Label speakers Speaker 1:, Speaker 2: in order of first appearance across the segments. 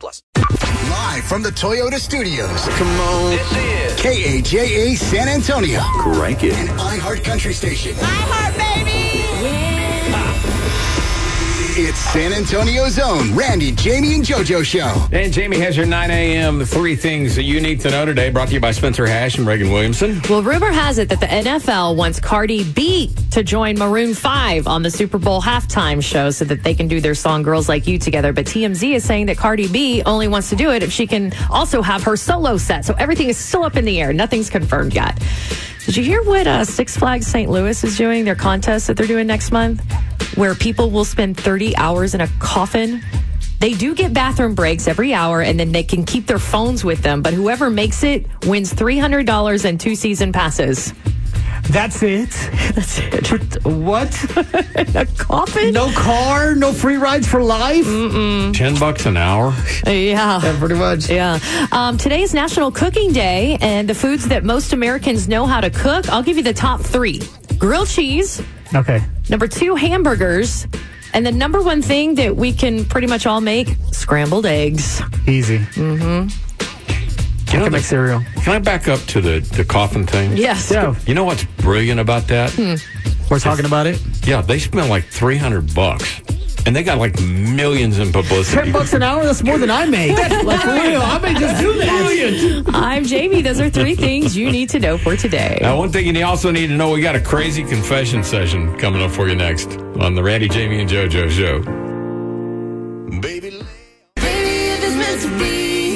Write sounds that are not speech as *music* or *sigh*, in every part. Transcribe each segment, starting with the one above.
Speaker 1: plus.
Speaker 2: Live from the Toyota Studios. Come
Speaker 3: This is
Speaker 2: KAJA San Antonio.
Speaker 4: Crank it.
Speaker 2: An iHeart Country Station.
Speaker 5: baby.
Speaker 2: It's San Antonio's own Randy, Jamie, and JoJo show.
Speaker 6: And Jamie has your 9 a.m. The three things that you need to know today, brought to you by Spencer Hash and Reagan Williamson.
Speaker 7: Well, rumor has it that the NFL wants Cardi B to join Maroon 5 on the Super Bowl halftime show so that they can do their song Girls Like You together. But TMZ is saying that Cardi B only wants to do it if she can also have her solo set. So everything is still up in the air. Nothing's confirmed yet. Did you hear what uh, Six Flags St. Louis is doing, their contest that they're doing next month, where people will spend 30 hours in a coffin? They do get bathroom breaks every hour and then they can keep their phones with them, but whoever makes it wins $300 and two season passes.
Speaker 8: That's it.
Speaker 7: That's it. *laughs*
Speaker 8: What?
Speaker 7: A coffin?
Speaker 8: No car? No free rides for life?
Speaker 6: 10 bucks an hour.
Speaker 7: Yeah.
Speaker 8: Pretty much.
Speaker 7: Yeah. Um, today is National Cooking Day, and the foods that most Americans know how to cook, I'll give you the top three grilled cheese,
Speaker 8: Okay.
Speaker 7: number two, hamburgers, and the number one thing that we can pretty much all make scrambled eggs.
Speaker 8: Easy.
Speaker 6: You know,
Speaker 8: Can make
Speaker 6: the-
Speaker 8: cereal.
Speaker 6: can I back up to the, the coffin thing?
Speaker 7: Yes.
Speaker 8: Yeah. Hmm.
Speaker 6: You know what's brilliant about that?
Speaker 8: We're talking about it.
Speaker 6: Yeah, they spent like 300 bucks. And they got like millions in publicity.
Speaker 8: Ten bucks an hour. That's more than I make. like for
Speaker 7: *laughs*
Speaker 8: real, I may just do that.
Speaker 7: I'm Jamie. Those are three things you need to know for today.
Speaker 6: Now, one thing you also need to know, we got a crazy confession session coming up for you next on the Randy, Jamie, and JoJo show.
Speaker 2: Baby.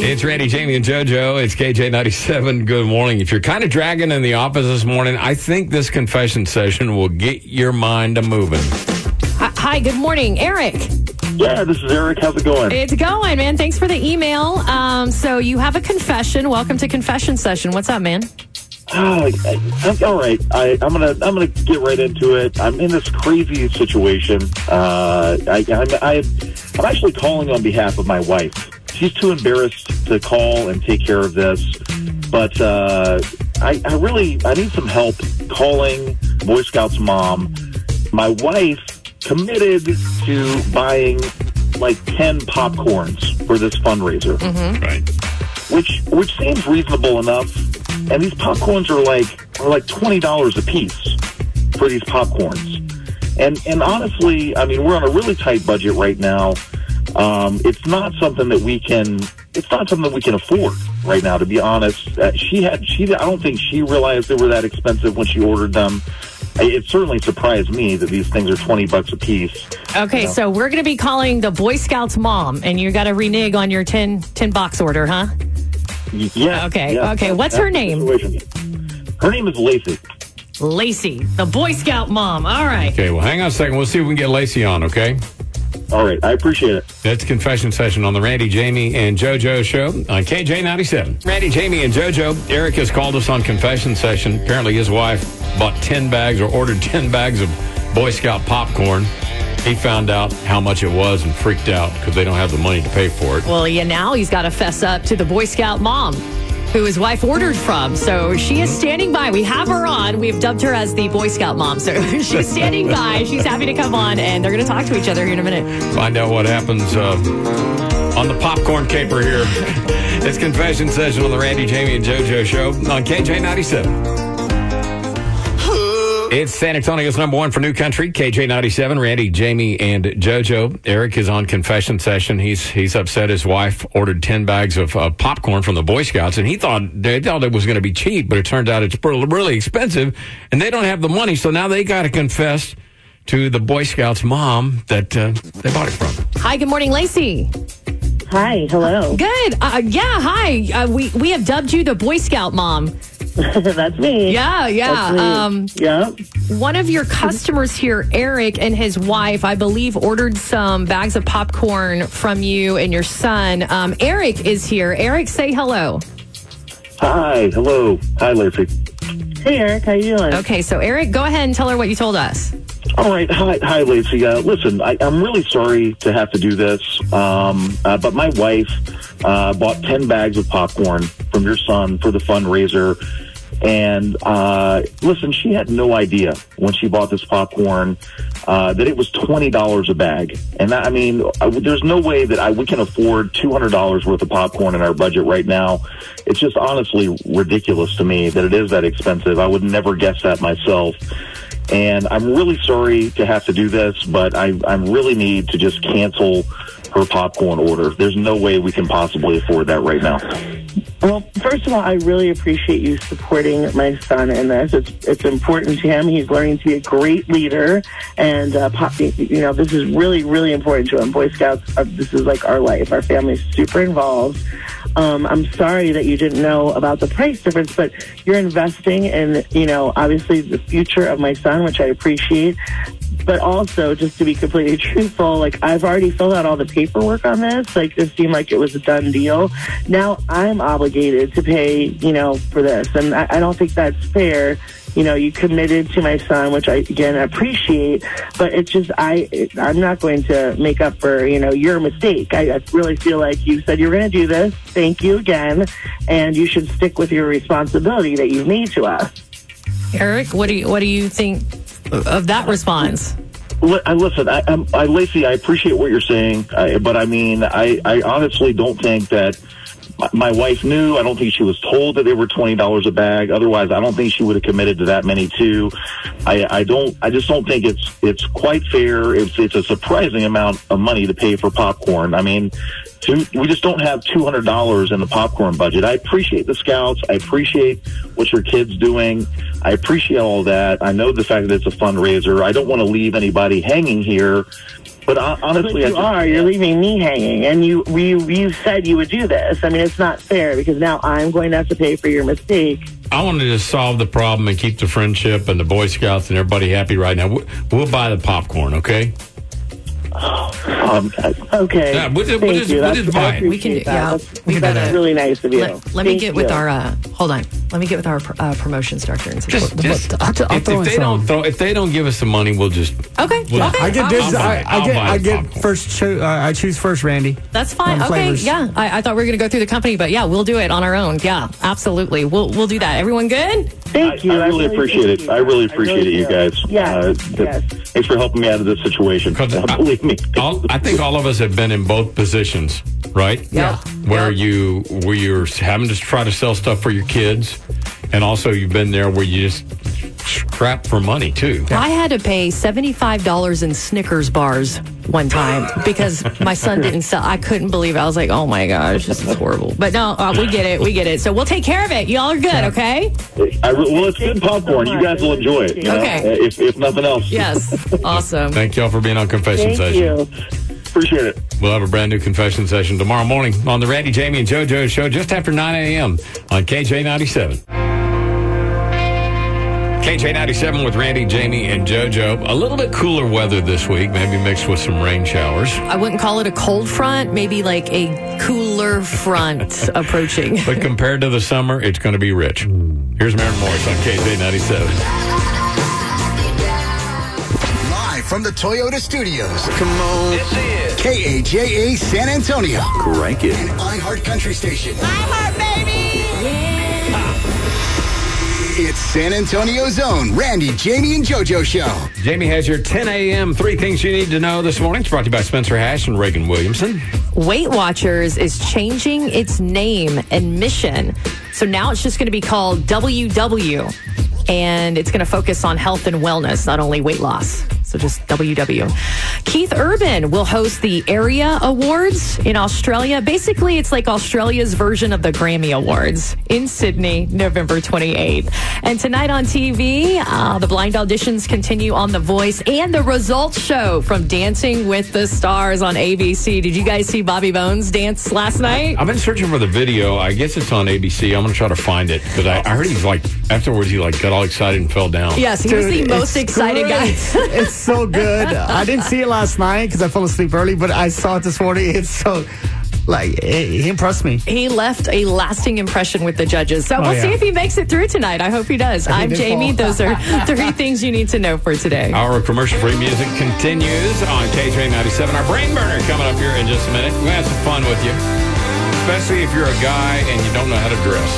Speaker 6: It's Randy, Jamie, and JoJo. It's KJ97. Good morning. If you're kind of dragging in the office this morning, I think this confession session will get your mind a moving.
Speaker 7: Hi- Uh, Hi, good morning, Eric.
Speaker 9: Yeah, this is Eric. How's it going?
Speaker 7: It's going, man. Thanks for the email. Um, so you have a confession. Welcome to confession session. What's up, man?
Speaker 9: Oh, I, I'm, all right, I, I'm gonna I'm gonna get right into it. I'm in this crazy situation. Uh, I, I'm I, I'm actually calling on behalf of my wife. She's too embarrassed to call and take care of this, but uh, I, I really I need some help calling Boy Scouts mom. My wife committed to buying like ten popcorns for this fundraiser.
Speaker 6: Right.
Speaker 9: which which seems reasonable enough. And these popcorns are like are like twenty dollars a piece for these popcorns. And and honestly, I mean, we're on a really tight budget right now. Um, it's not something that we can. It's not something that we can afford right now. To be honest, uh, she had she. I don't think she realized they were that expensive when she ordered them. It it certainly surprised me that these things are twenty bucks a piece.
Speaker 7: Okay, so we're going to be calling the Boy Scouts mom, and you got to renege on your 10, 10 box order, huh?
Speaker 9: Y- Yeah.
Speaker 7: Okay,
Speaker 9: yeah,
Speaker 7: okay.
Speaker 9: that-
Speaker 7: What's
Speaker 9: that's
Speaker 7: her
Speaker 9: the
Speaker 7: name?
Speaker 9: situation. Her name is Lacey.
Speaker 7: Lacey, the Boy Scout mom. All right.
Speaker 6: Okay, well, hang on a second. We'll see if we can get Lacey on, okay?
Speaker 9: All right, I appreciate it.
Speaker 6: That's confession session on the Randy, Jamie, and JoJo show on KJ97. Randy, Jamie, and JoJo. Eric has called us on confession session. Apparently, his wife bought 10 bags or ordered *laughs* 10 bags of Boy Scout popcorn. He found out how much it was and freaked out because they don't have the money to pay for it.
Speaker 7: Well, yeah, now he's got to fess up to the Boy Scout mom who his wife ordered from. So she is standing by. We have her on. We've dubbed her as the Boy Scout mom. So *laughs* she's standing by. She's happy to come on, and they're going to talk to each other here in a minute.
Speaker 6: Find out what happens uh, on the popcorn caper here. *laughs* it's confession session on the Randy, Jamie, and JoJo show on KJ97. It's San Antonio's number one for New Country, KJ97. Randy, Jamie, and JoJo. Eric is on confession session. He's he's upset. His wife ordered 10 bags of uh, popcorn from the Boy Scouts, and he thought they thought it was going to be cheap, but it turned out it's pretty- really expensive, and they don't have the money, so now they got to confess to the Boy Scouts mom that uh, they bought it from.
Speaker 7: Hi, good morning, Lacey.
Speaker 10: Hi, hello.
Speaker 7: Good. Uh, yeah, hi. Uh, we, we have dubbed you the Boy Scout mom
Speaker 3: *laughs*
Speaker 9: That's me.
Speaker 7: Yeah, yeah.
Speaker 9: That's me.
Speaker 7: Um,
Speaker 9: yeah.
Speaker 7: one of your customers here, Eric, and his wife, I believe, ordered some bags of popcorn from you and your son. Um, Eric is here. Eric, say hello.
Speaker 9: Hi. Hello. Hi, Lacey.
Speaker 3: Hey, Eric, how you doing?
Speaker 7: Okay, so Eric, go ahead and tell her what you told us.
Speaker 9: All right. Hi, hi Lacey. Uh, listen, I, I'm really sorry to have to do this, um, uh, but my wife uh, bought 10 bags of popcorn from your son for the fundraiser. And uh, listen, she had no idea when she bought this popcorn uh, that it was $20 a bag. And I I mean, I, there's no way that I, we can afford $200 worth of popcorn in our budget right now. It's just honestly ridiculous to me that it is that expensive. I would never guess that myself. And I'm really sorry to have to do this, but I, I really need to just cancel her popcorn order. There's no way we can possibly afford that right now.
Speaker 3: Well, first of all, I really appreciate you supporting my son in this. It's it's important to him. He's learning to be a great leader, and uh, pop, you know this is really really important to him. Boy Scouts, uh, this is like our life. Our family's super involved. Um, I'm sorry that you didn't know about the price difference, but you're investing in you know obviously the future of my son, which I appreciate. But also, just to be completely *laughs* truthful, like I've already filled out all the paperwork on this. Like this seemed like it was a done deal. Now I'm obligated to pay, you know, for this, and I, I don't think that's fair. You know, you committed to my son, which I again appreciate, but it's just I it, I'm not going to make up for you know your mistake. I, I really feel like you said you were going to do this. Thank you again, and you should stick with your responsibility that you've made to us.
Speaker 7: Eric, what do you what do you think of that response?
Speaker 9: Li- I listen, I, I'm, I, Lacey, I appreciate what you're saying, I, but I mean, I, I honestly don't think that my, my wife knew. I don't think she was told that they were twenty dollars a bag. Otherwise, I don't think she would have committed to that many too. I, I don't. I just don't think it's it's quite fair. It's it's a surprising amount of money to pay for popcorn. I mean, two, we just don't have two hundred dollars in the popcorn budget. I appreciate the scouts. I appreciate what your kids doing. I appreciate all that. I know the fact that it's a fundraiser. I don't want to leave anybody hanging here. But hon-
Speaker 3: But
Speaker 9: honestly, I
Speaker 3: you
Speaker 9: just-
Speaker 3: are. You're leaving me hanging, and you you you said you would do this. I mean, it's not fair because now I'm going to have to pay for your mistake.
Speaker 6: I want to just solve the problem and keep the friendship and the Boy Scouts and everybody happy right now. We- We'll buy the popcorn, okay?
Speaker 9: Um, I-
Speaker 3: Okay.
Speaker 6: Yeah, we'll just-
Speaker 3: Thank
Speaker 6: we'll just-
Speaker 3: you.
Speaker 6: we'll
Speaker 3: That's-
Speaker 6: just
Speaker 3: I
Speaker 6: buy it.
Speaker 7: We can-
Speaker 3: appreciate that.
Speaker 7: yeah,
Speaker 3: That's-
Speaker 7: we can do
Speaker 3: that's
Speaker 7: that.
Speaker 3: really nice of you.
Speaker 7: Let, let me
Speaker 3: Thank
Speaker 7: get with
Speaker 3: you.
Speaker 7: our uh, hold on. Let me get with our uh, promotions director and see
Speaker 6: Just,
Speaker 7: what-
Speaker 6: just
Speaker 8: I'll th- I'll
Speaker 6: if,
Speaker 8: throw
Speaker 6: if
Speaker 8: in
Speaker 6: they
Speaker 8: some.
Speaker 6: don't throw, if they don't give us the money, we'll just
Speaker 7: Okay,
Speaker 6: Well,
Speaker 7: okay.
Speaker 8: I get
Speaker 7: I'll-
Speaker 8: this.
Speaker 6: I'll buy
Speaker 8: I,
Speaker 6: it.
Speaker 8: I
Speaker 6: I'll
Speaker 8: get.
Speaker 6: buy the
Speaker 8: I get
Speaker 6: popcorn.
Speaker 8: first. Cho- uh, I choose first, Randy.
Speaker 7: That's fine.
Speaker 8: Um,
Speaker 7: Okay.
Speaker 8: flavors.
Speaker 7: Yeah. I, I thought we were going to go through the company, but yeah, we'll do it on our own. Yeah, absolutely. We'll we'll do that. Everyone good?
Speaker 3: Thank you.
Speaker 9: I, I really appreciate
Speaker 3: thank
Speaker 9: it.
Speaker 3: you.
Speaker 9: I really appreciate it, you
Speaker 3: do.
Speaker 9: guys.
Speaker 3: Yes.
Speaker 9: Uh, th-
Speaker 3: yes.
Speaker 9: Thanks for helping me out of this situation.
Speaker 6: 'Cause
Speaker 9: Uh,
Speaker 6: I-
Speaker 9: believe me.
Speaker 6: all, I think all of us have been in both positions, right?
Speaker 7: Yeah.
Speaker 6: Where
Speaker 7: Yeah.
Speaker 6: you where you're having to try to sell stuff for your kids, and also you've been there where you just scrap for money too.
Speaker 7: I had to pay $75 in Snickers bars one time because my son didn't sell. I couldn't believe it. I was like, oh my gosh, this is horrible. But no, uh, we get it. We get it. So we'll take care of it. Y'all are good, okay?
Speaker 9: I re- well, it's good
Speaker 3: Thank you so
Speaker 9: popcorn. you
Speaker 3: much.
Speaker 9: guys will enjoy it. You know?
Speaker 7: Okay.
Speaker 9: Uh, If, if nothing else.
Speaker 7: Yes. Awesome.
Speaker 6: Thank y'all for being on Confession
Speaker 3: Thank
Speaker 6: Session.
Speaker 3: you.
Speaker 9: Appreciate it.
Speaker 6: We'll have a brand new Confession Session tomorrow morning on the Randy, Jamie, and JoJo show just after 9 a.m. on KJ97. KJ97 with Randy, Jamie, and JoJo. A little bit cooler weather this week, maybe mixed with some rain showers.
Speaker 7: I wouldn't call it a cold front, maybe like a cooler front approaching.
Speaker 6: But compared to the summer, it's going to be rich. Here's Maren Morris on KJ97.
Speaker 2: Live from the Toyota Studios. Come on. KAJA San Antonio.
Speaker 1: Crank it.
Speaker 2: An iHeart Country Station. It's San Antonio's own Randy, Jamie, and JoJo show.
Speaker 6: Jamie has your 10 a.m. three things you need to know this morning. It's brought to you by Spencer Hash and Reagan Williamson.
Speaker 7: Weight Watchers is changing its name and mission. So now it's just going to be called WW, and it's going to focus on health and wellness, not only weight loss. So just WW. Keith Urban will host the Area Awards in Australia. Basically, it's like Australia's version of the Grammy Awards in Sydney, November 28th. And tonight on TV, uh, the blind auditions continue on The Voice and the results show from Dancing with the Stars on ABC. Did you guys see Bobby Bones dance last night?
Speaker 6: I've been searching for the video. I guess it's on ABC. I'm going to try to find it because I, I heard he's like afterwards he like got all excited and fell down.
Speaker 7: Yes, he was the
Speaker 8: Dude, it's
Speaker 7: most excited
Speaker 8: great.
Speaker 7: guy.
Speaker 8: *laughs* it's so good. I didn't see it last night because I fell asleep early, but I saw it this morning. *laughs* It's so like it, he impressed
Speaker 7: *laughs*
Speaker 8: me.
Speaker 7: he left a lasting impression with the judges. So
Speaker 8: Oh,
Speaker 7: we'll
Speaker 8: yeah.
Speaker 7: see if he makes it through tonight. I hope he does. I'm
Speaker 8: they
Speaker 7: Jamie.
Speaker 8: fall. *laughs*
Speaker 7: Those are three things you need to know for today.
Speaker 6: Our commercial-free music continues on KJ 97. Our brain burner coming up here in just a minute. We're going to have some fun with you, especially if you're a guy and you don't know how to dress.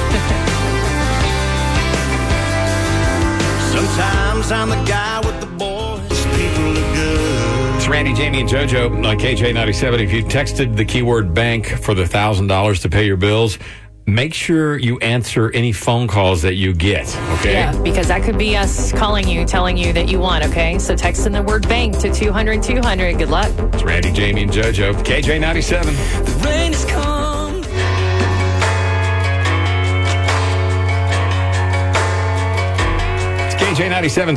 Speaker 4: Sometimes I'm the guy with the boys. People are good.
Speaker 6: It's Randy, Jamie, and JoJo on KJ 97. If you texted the keyword bank for the $1,000 to pay your bills, make sure you answer any phone calls that you get, okay?
Speaker 7: Yeah, because that could be us calling you, telling you that you won, okay? So text in the word bank to 200 200. Good luck.
Speaker 6: It's Randy, Jamie, and JoJo. KJ 97.
Speaker 4: The rain has come.
Speaker 6: It's KJ 97.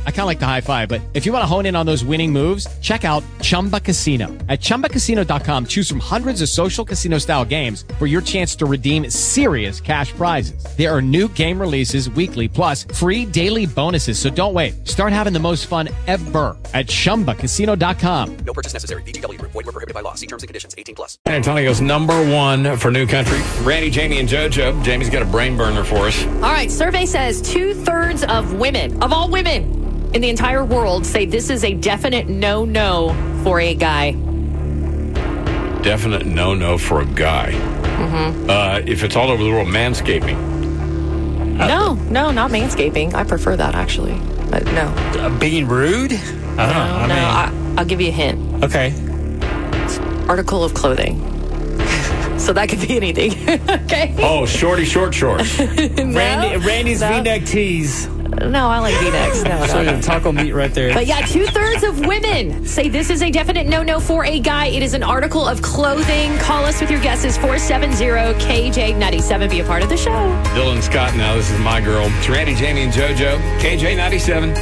Speaker 11: I kind of like the high five, but if you want to hone in on those winning moves, check out Chumba Casino. At chumbacasino.com, choose from hundreds of social casino style games for your chance to redeem serious cash prizes. There are new game releases weekly, plus free daily bonuses. So don't wait. Start having the most fun ever at chumbacasino.com.
Speaker 1: No purchase necessary. VGW Group. Void where prohibited by law. See terms and conditions. 18 plus.
Speaker 6: San Antonio's number one for New Country. Randy, Jamie, and JoJo. Jamie's got a brain burner for us.
Speaker 7: All right, survey says two thirds of women, of all women in the entire world, say this is a definite no no for a guy.
Speaker 6: Definite no no for a guy. Uh, if it's all over the world, manscaping.
Speaker 5: Uh,
Speaker 7: No, no, not manscaping. I prefer that actually. But no.
Speaker 5: Uh, being rude? I don't know. I
Speaker 7: no,
Speaker 5: mean,
Speaker 7: I, I'll give you a hint.
Speaker 5: okay.
Speaker 7: Article of clothing. *laughs* so that could be anything. *laughs* okay.
Speaker 6: Oh, shorty short shorts.
Speaker 5: Randy, Randy's
Speaker 7: no.
Speaker 5: V-neck tees.
Speaker 7: No, I like V-necks. No,
Speaker 5: So
Speaker 7: no, no.
Speaker 5: your taco meat right there.
Speaker 7: But yeah, two thirds of women say this is a definite no no for a guy. It is an article of clothing. Call us with your guesses 470 KJ97. Be a part of the show.
Speaker 6: Dylan Scott now. This is my girl. It's Randy, Jamie, and JoJo. KJ 97.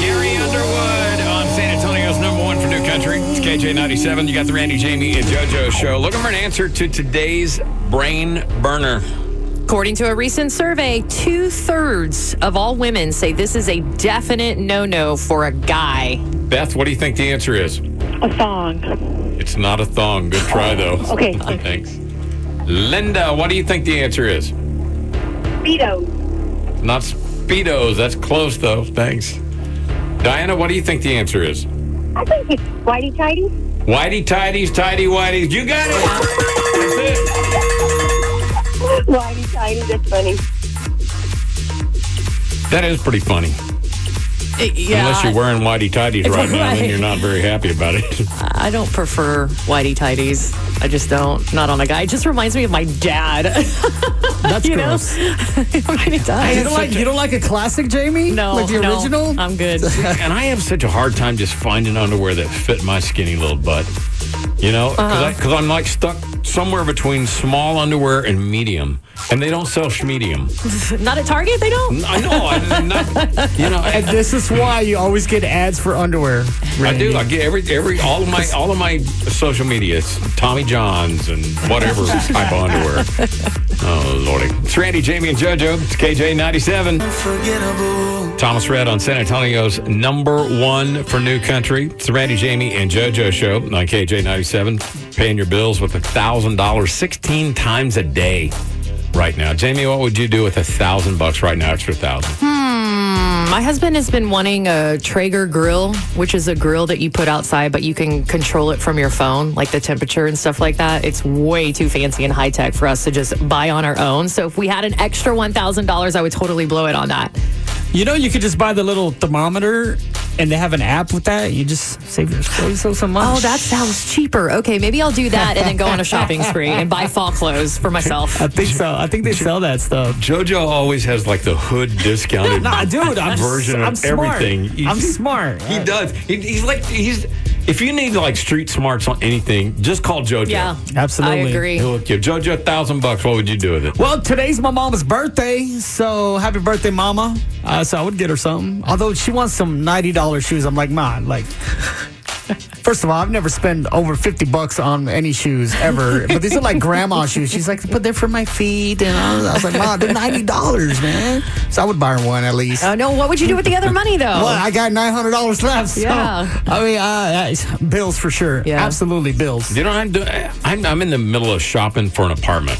Speaker 6: Gary Underwood on San Antonio's number one for New Country. It's KJ 97. You got the Randy, Jamie, and JoJo show. Looking for an answer to today's brain burner.
Speaker 7: According to a recent survey, two thirds of all women say this is a definite no no for a guy.
Speaker 6: Beth, what do you think the answer is?
Speaker 3: A song.
Speaker 6: It's not a thong. Good try, though.
Speaker 3: Okay.
Speaker 6: *laughs* Thanks. Linda, what do you think the answer is?
Speaker 3: Speedos.
Speaker 6: Not Speedos. That's close, though. Thanks. Diana, what do you think the answer is?
Speaker 3: I think it's whitey tighty.
Speaker 6: Whitey tidies, tidy whiteys. You got it.
Speaker 3: Whitey tighty. That's funny.
Speaker 6: That's it. That is pretty funny.
Speaker 7: Eh, Yeah,
Speaker 6: Unless you're wearing whitey tidies right now, then
Speaker 7: Right.
Speaker 6: you're not very happy about it. *laughs*
Speaker 7: I don't prefer whitey tidies. I just don't. Not on a guy. It just reminds me of my dad. *laughs*
Speaker 8: That's
Speaker 7: you
Speaker 8: gross.
Speaker 7: know, I mean, it
Speaker 8: You
Speaker 7: does.
Speaker 8: don't like you don't like a classic, Jamie?
Speaker 7: No,
Speaker 8: like the
Speaker 7: no, Um,
Speaker 8: original. *laughs*
Speaker 7: I'm good.
Speaker 6: and I have such a hard time just finding underwear that fit my skinny little butt. You know, because I'm like stuck somewhere between small underwear and medium, and they don't sell medium.
Speaker 7: Not at Target, they don't.
Speaker 6: I know, I, not, you know, I,
Speaker 8: And this is why you always get ads for underwear.
Speaker 6: I
Speaker 8: Randy.
Speaker 6: do. I get every every all of my all of my social medias, Tommy Johns and whatever type of underwear. Oh lordy! It's Randy, Jamie, and JoJo. It's KJ ninety seven.
Speaker 4: Unforgettable.
Speaker 6: Thomas Red on San Antonio's number one for new country. It's the Randy, Jamie, and JoJo show on KJ ninety seven. Paying your bills with a thousand dollars sixteen times a day. Right now, Jamie, what would you do with a thousand bucks right now? Extra thousand.
Speaker 7: My husband has been wanting a Traeger grill, which is a grill that you put outside, but you can control it from your phone, like the temperature and stuff like that. It's way too fancy and high tech for us to just buy on our own. So if we had an extra $1,000, I would totally blow it on that.
Speaker 5: You know, you could just buy the little thermometer And they have an app with that. You just save yourself so, so much.
Speaker 7: Oh, that sounds cheaper. Okay, maybe I'll do that and then go on a shopping spree and buy fall clothes for
Speaker 8: *laughs*
Speaker 7: myself.
Speaker 5: I think so. I think they sell that stuff.
Speaker 6: JoJo always has like the hood
Speaker 8: *laughs*
Speaker 6: discounted
Speaker 5: Nah, dude, I'm
Speaker 6: version
Speaker 5: s- I'm
Speaker 6: of
Speaker 5: smart.
Speaker 6: everything.
Speaker 5: I'm smart.
Speaker 6: He does. He, he's like he's. If you need like street smarts on anything, just call JoJo.
Speaker 7: Yeah,
Speaker 5: Absolutely.
Speaker 7: I agree.
Speaker 6: He'll give JoJo a thousand bucks. What would you do with it?
Speaker 5: Well, today's my mama's birthday, so happy birthday, mama. Uh, so I would get her something.
Speaker 8: Although she wants some ninety dollars shoes, I'm like, ma, like. First of all, I've never spent over fifty bucks on any shoes ever, but these are like grandma shoes. She's like, but they're for my feet, and I was, I was like, ma, they're ninety dollars, man. So I would buy her one at least.
Speaker 7: Oh no, what would you do with the other money though?
Speaker 8: Well, I got nine hundred dollars left. So,
Speaker 7: Yeah.
Speaker 8: I mean, uh, uh, bills for sure.
Speaker 7: Yeah.
Speaker 8: Absolutely, bills.
Speaker 6: You know, I'm, do- I'm I'm in the middle of shopping for an apartment.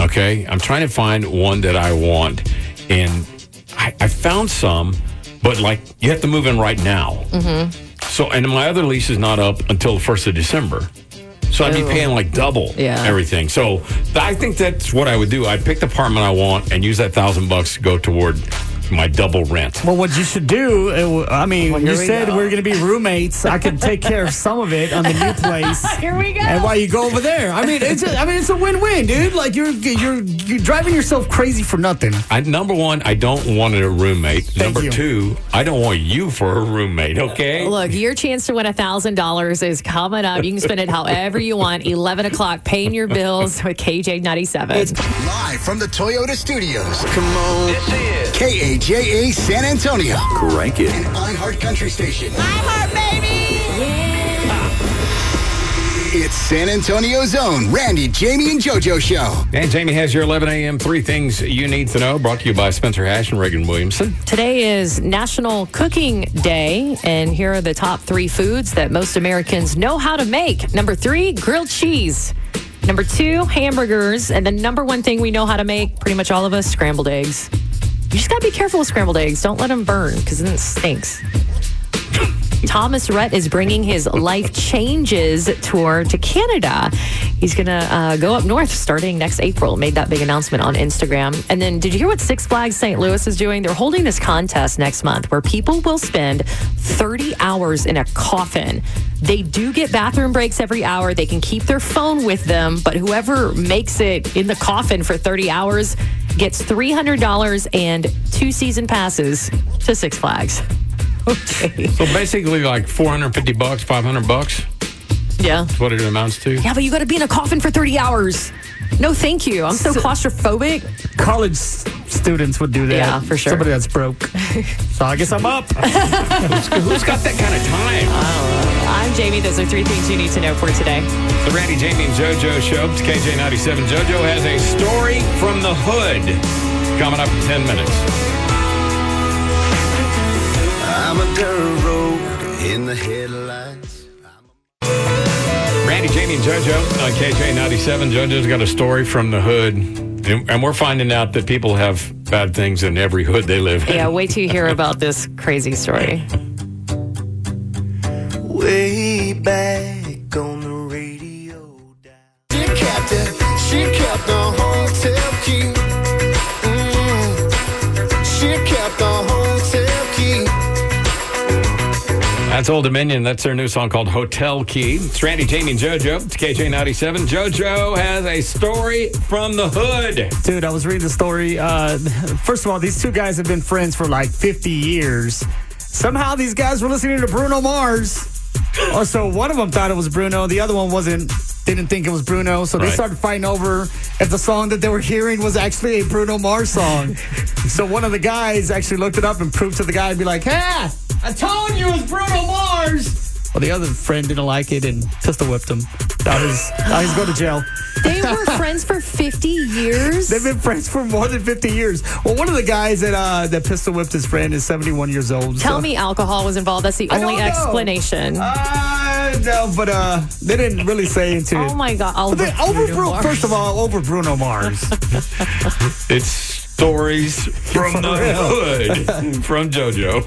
Speaker 6: Okay, I'm trying to find one that I want, and I, I found some, but like you have to move in right now. Mm-hmm. So, and my other lease is not up until the first of December. So I'd be paying like double
Speaker 7: Yeah.
Speaker 6: everything. So th- I think that's what I would do. I'd pick the apartment I want and use that thousand bucks to go toward my double rent.
Speaker 8: Well, what you should do, it w- I mean,
Speaker 7: Well, here
Speaker 8: you
Speaker 7: we
Speaker 8: said
Speaker 7: go.
Speaker 8: we are going to
Speaker 7: *laughs*
Speaker 8: be roommates. I could take care of some of it on the new place.
Speaker 7: Here we go.
Speaker 8: And while you go over there, I mean, it's a, I mean, it's a win-win, dude. Like you're you're you're driving yourself crazy for nothing.
Speaker 6: I, number one, I don't want a roommate. number
Speaker 8: you.
Speaker 6: two, I don't want you for a roommate. Okay.
Speaker 7: Look, your chance to win $1,000 is coming up. You can spend it however you want. 11 o'clock, paying your bills with KJ97.
Speaker 2: Live from the Toyota Studios. Come on. KAJA San Antonio.
Speaker 1: Crank it.
Speaker 2: An iHeart Country Station.
Speaker 7: Yeah.
Speaker 2: It's San Antonio's own Randy, Jamie, and JoJo show.
Speaker 6: And Jamie has your 11 a.m. three things you need to know. Brought to you by Spencer Hash and Reagan Williamson.
Speaker 7: Today is National Cooking Day, and here are the top three foods that most Americans know how to make. Number three, grilled cheese. Number two, hamburgers. And the number one thing we know how to make, pretty much all of us, scrambled eggs. You just gotta be careful with scrambled eggs. Don't let them burn because then it stinks. Thomas Rhett is bringing his Life Changes tour to Canada. He's going to uh, go up north starting next April. Made that big announcement on Instagram. And then, did you hear what Six Flags St. Louis is doing? They're holding this contest next month where people will spend 30 hours in a coffin. They do get bathroom breaks every hour. They can keep their phone with them, but whoever makes it in the coffin for 30 hours gets $300 and two season passes to Six Flags. Okay.
Speaker 6: So basically, like 450 bucks, 500 bucks,
Speaker 7: *laughs* Yeah.
Speaker 6: what it amounts to.
Speaker 7: Yeah, but you got to be in a coffin for 30 hours. No, thank you. I'm so claustrophobic.
Speaker 8: College s- students would do that.
Speaker 7: Yeah, for sure.
Speaker 8: Somebody that's
Speaker 7: *laughs*
Speaker 8: broke. so I guess I'm up.
Speaker 6: Who's got that kind of time?
Speaker 7: I'm Jamie. Those are three things you need to know for today.
Speaker 6: The Randy, Jamie, and JoJo show. It's KJ97. JoJo has a story from the hood coming up in 10 minutes.
Speaker 2: I'm a dirt road in the headlights.
Speaker 6: Randy, Jamie, and JoJo on KJ97. JoJo's got a story from the hood. And, and we're finding out that people have bad things in every hood they live in.
Speaker 7: *laughs* Yeah, wait till you hear about this crazy story.
Speaker 4: Way back on the radio.
Speaker 2: She kept it. She kept the hotel key. Mm. She kept the hotel key.
Speaker 6: That's Old Dominion. That's their new song called Hotel Key. It's Randy, Jamie, and JoJo. It's KJ97. JoJo has a story from the hood.
Speaker 8: Dude, I was reading the story. Uh, first of all, these two guys have been friends for like 50 years. Somehow these guys were listening to Bruno Mars. Or so one of them thought it was Bruno, the other one wasn't, didn't think it was Bruno. So they
Speaker 6: Right.
Speaker 8: started fighting over if the song that they were hearing was actually a Bruno Mars song. so one of the guys actually looked it up and proved to the guy and be like, hey, I told you it was Bruno Mars. Well, the other friend didn't like it and pistol whipped him. That was, now he's going to jail.
Speaker 7: They were friends for 50 years.
Speaker 8: They've been friends for more than 50 years. Well, one of the guys that uh, that pistol whipped his friend is 71 years old.
Speaker 7: Tell
Speaker 8: so-
Speaker 7: me alcohol was involved. That's the
Speaker 8: I don't
Speaker 7: only
Speaker 8: know.
Speaker 7: explanation.
Speaker 8: Uh, no, but uh, they didn't really say into it.
Speaker 7: oh my God. I'll
Speaker 8: But they,
Speaker 7: look
Speaker 8: over
Speaker 7: Bruno
Speaker 8: Bruno,
Speaker 7: Mars.
Speaker 8: first of all, over Bruno
Speaker 7: *laughs*
Speaker 8: Mars.
Speaker 6: It's stories from the hood from JoJo.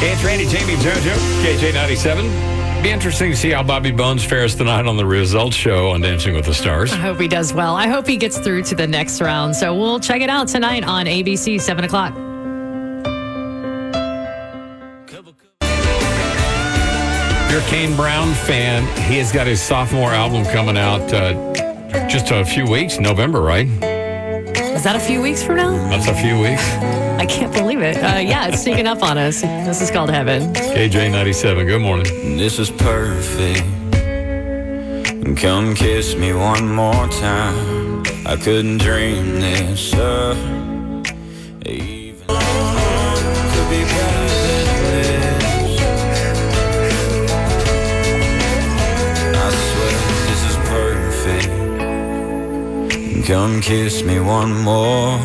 Speaker 6: It's Randy, Jamie, and JoJo. KJ97. Be interesting to see how Bobby Bones fares tonight on the results show on Dancing with the Stars.
Speaker 7: I hope he does well. I hope he gets through to the next round. So we'll check it out tonight on ABC, 7 o'clock.
Speaker 4: Cover, cover.
Speaker 6: You're a Kane Brown fan. He has got his sophomore album coming out uh, just a few weeks, November, right?
Speaker 7: Is that a few weeks from now?
Speaker 6: That's a few weeks.
Speaker 7: I can't believe it. Uh, yeah, it's sneaking up on us. This is called heaven.
Speaker 6: KJ97, good morning.
Speaker 10: This is perfect. Come kiss me one more time. I couldn't dream this up. Even could be better than this. I swear this is perfect. Come kiss me one more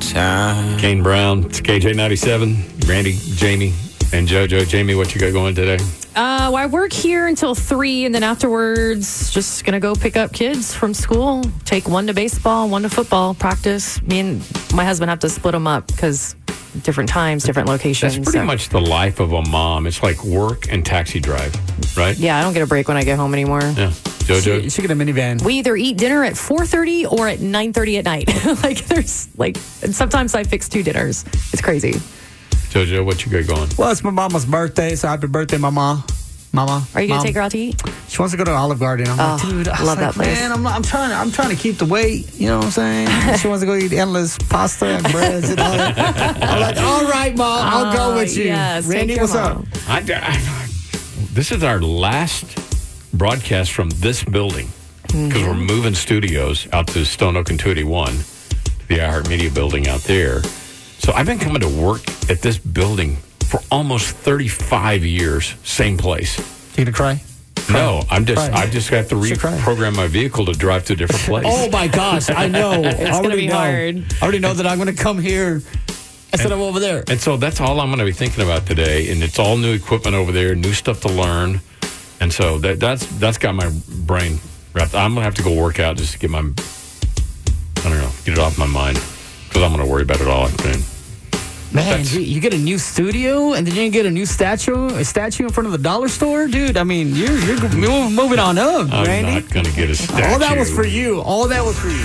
Speaker 10: time.
Speaker 6: Kane Brown, it's KJ97, Randy, Jamie, and JoJo. Jamie, what you got going today?
Speaker 7: Uh, well, I work here until three, and then afterwards, just gonna go pick up kids from school. Take one to baseball, one to football practice. Me and my husband have to split them up because different times, different locations.
Speaker 6: That's pretty
Speaker 7: so-
Speaker 6: much the life of a mom. It's like work and taxi drive, right?
Speaker 7: Yeah, I don't get a break when I get home anymore.
Speaker 6: Yeah. JoJo?
Speaker 8: She get a minivan.
Speaker 7: We either eat dinner at four thirty or at nine thirty at night. *laughs* like there's like, and sometimes I fix two dinners. It's crazy.
Speaker 6: JoJo, what you got going?
Speaker 8: Well, it's my mama's birthday, so happy birthday, mama. Mama.
Speaker 7: Are you gonna
Speaker 8: Mom.
Speaker 7: take her out to eat?
Speaker 8: She wants to go to Olive Garden. I'm like,
Speaker 7: Oh,
Speaker 8: dude, I was like,
Speaker 7: love that place.
Speaker 8: Man, I'm, not- I'm trying to, I'm trying to keep the weight. You know what I'm
Speaker 7: *laughs*
Speaker 8: saying? she wants to go eat endless pasta and breads and all that. I'm like, all right, mom, I'll go
Speaker 7: Oh,
Speaker 8: with you.
Speaker 7: yes, take
Speaker 8: Randy,
Speaker 7: your
Speaker 8: what's
Speaker 7: mom.
Speaker 8: up?
Speaker 6: I, I- this is our last broadcast from this building because we're moving studios out to Stone Oak and 281, the iHeartMedia building out there. So I've been coming to work at this building for almost 35 years, same place.
Speaker 8: You gonna cry?
Speaker 6: No, I'm just
Speaker 8: Right.
Speaker 6: I've just got to
Speaker 8: Should cry.
Speaker 6: reprogram my vehicle to drive to a different place.
Speaker 8: *laughs* Oh my gosh, I know. *laughs* it's
Speaker 7: gonna be hard.
Speaker 8: I already know that I'm gonna come here instead of over there.
Speaker 6: And so that's all I'm going to be thinking about today. And it's all new equipment over there, new stuff to learn. And so that that's that's got my brain wrapped. I'm going to have to go work out just to get my I don't know, get it off my mind because I'm going to worry about it all afternoon.
Speaker 8: Man,
Speaker 6: That's-
Speaker 8: you, you get a new studio, and then you get a new statue, a statue in front of the dollar store, dude. I mean, you're you're moving on up,
Speaker 6: I'm
Speaker 8: Randy.
Speaker 6: not going to get a statue.
Speaker 8: Oh, All that was for you. All that was for you.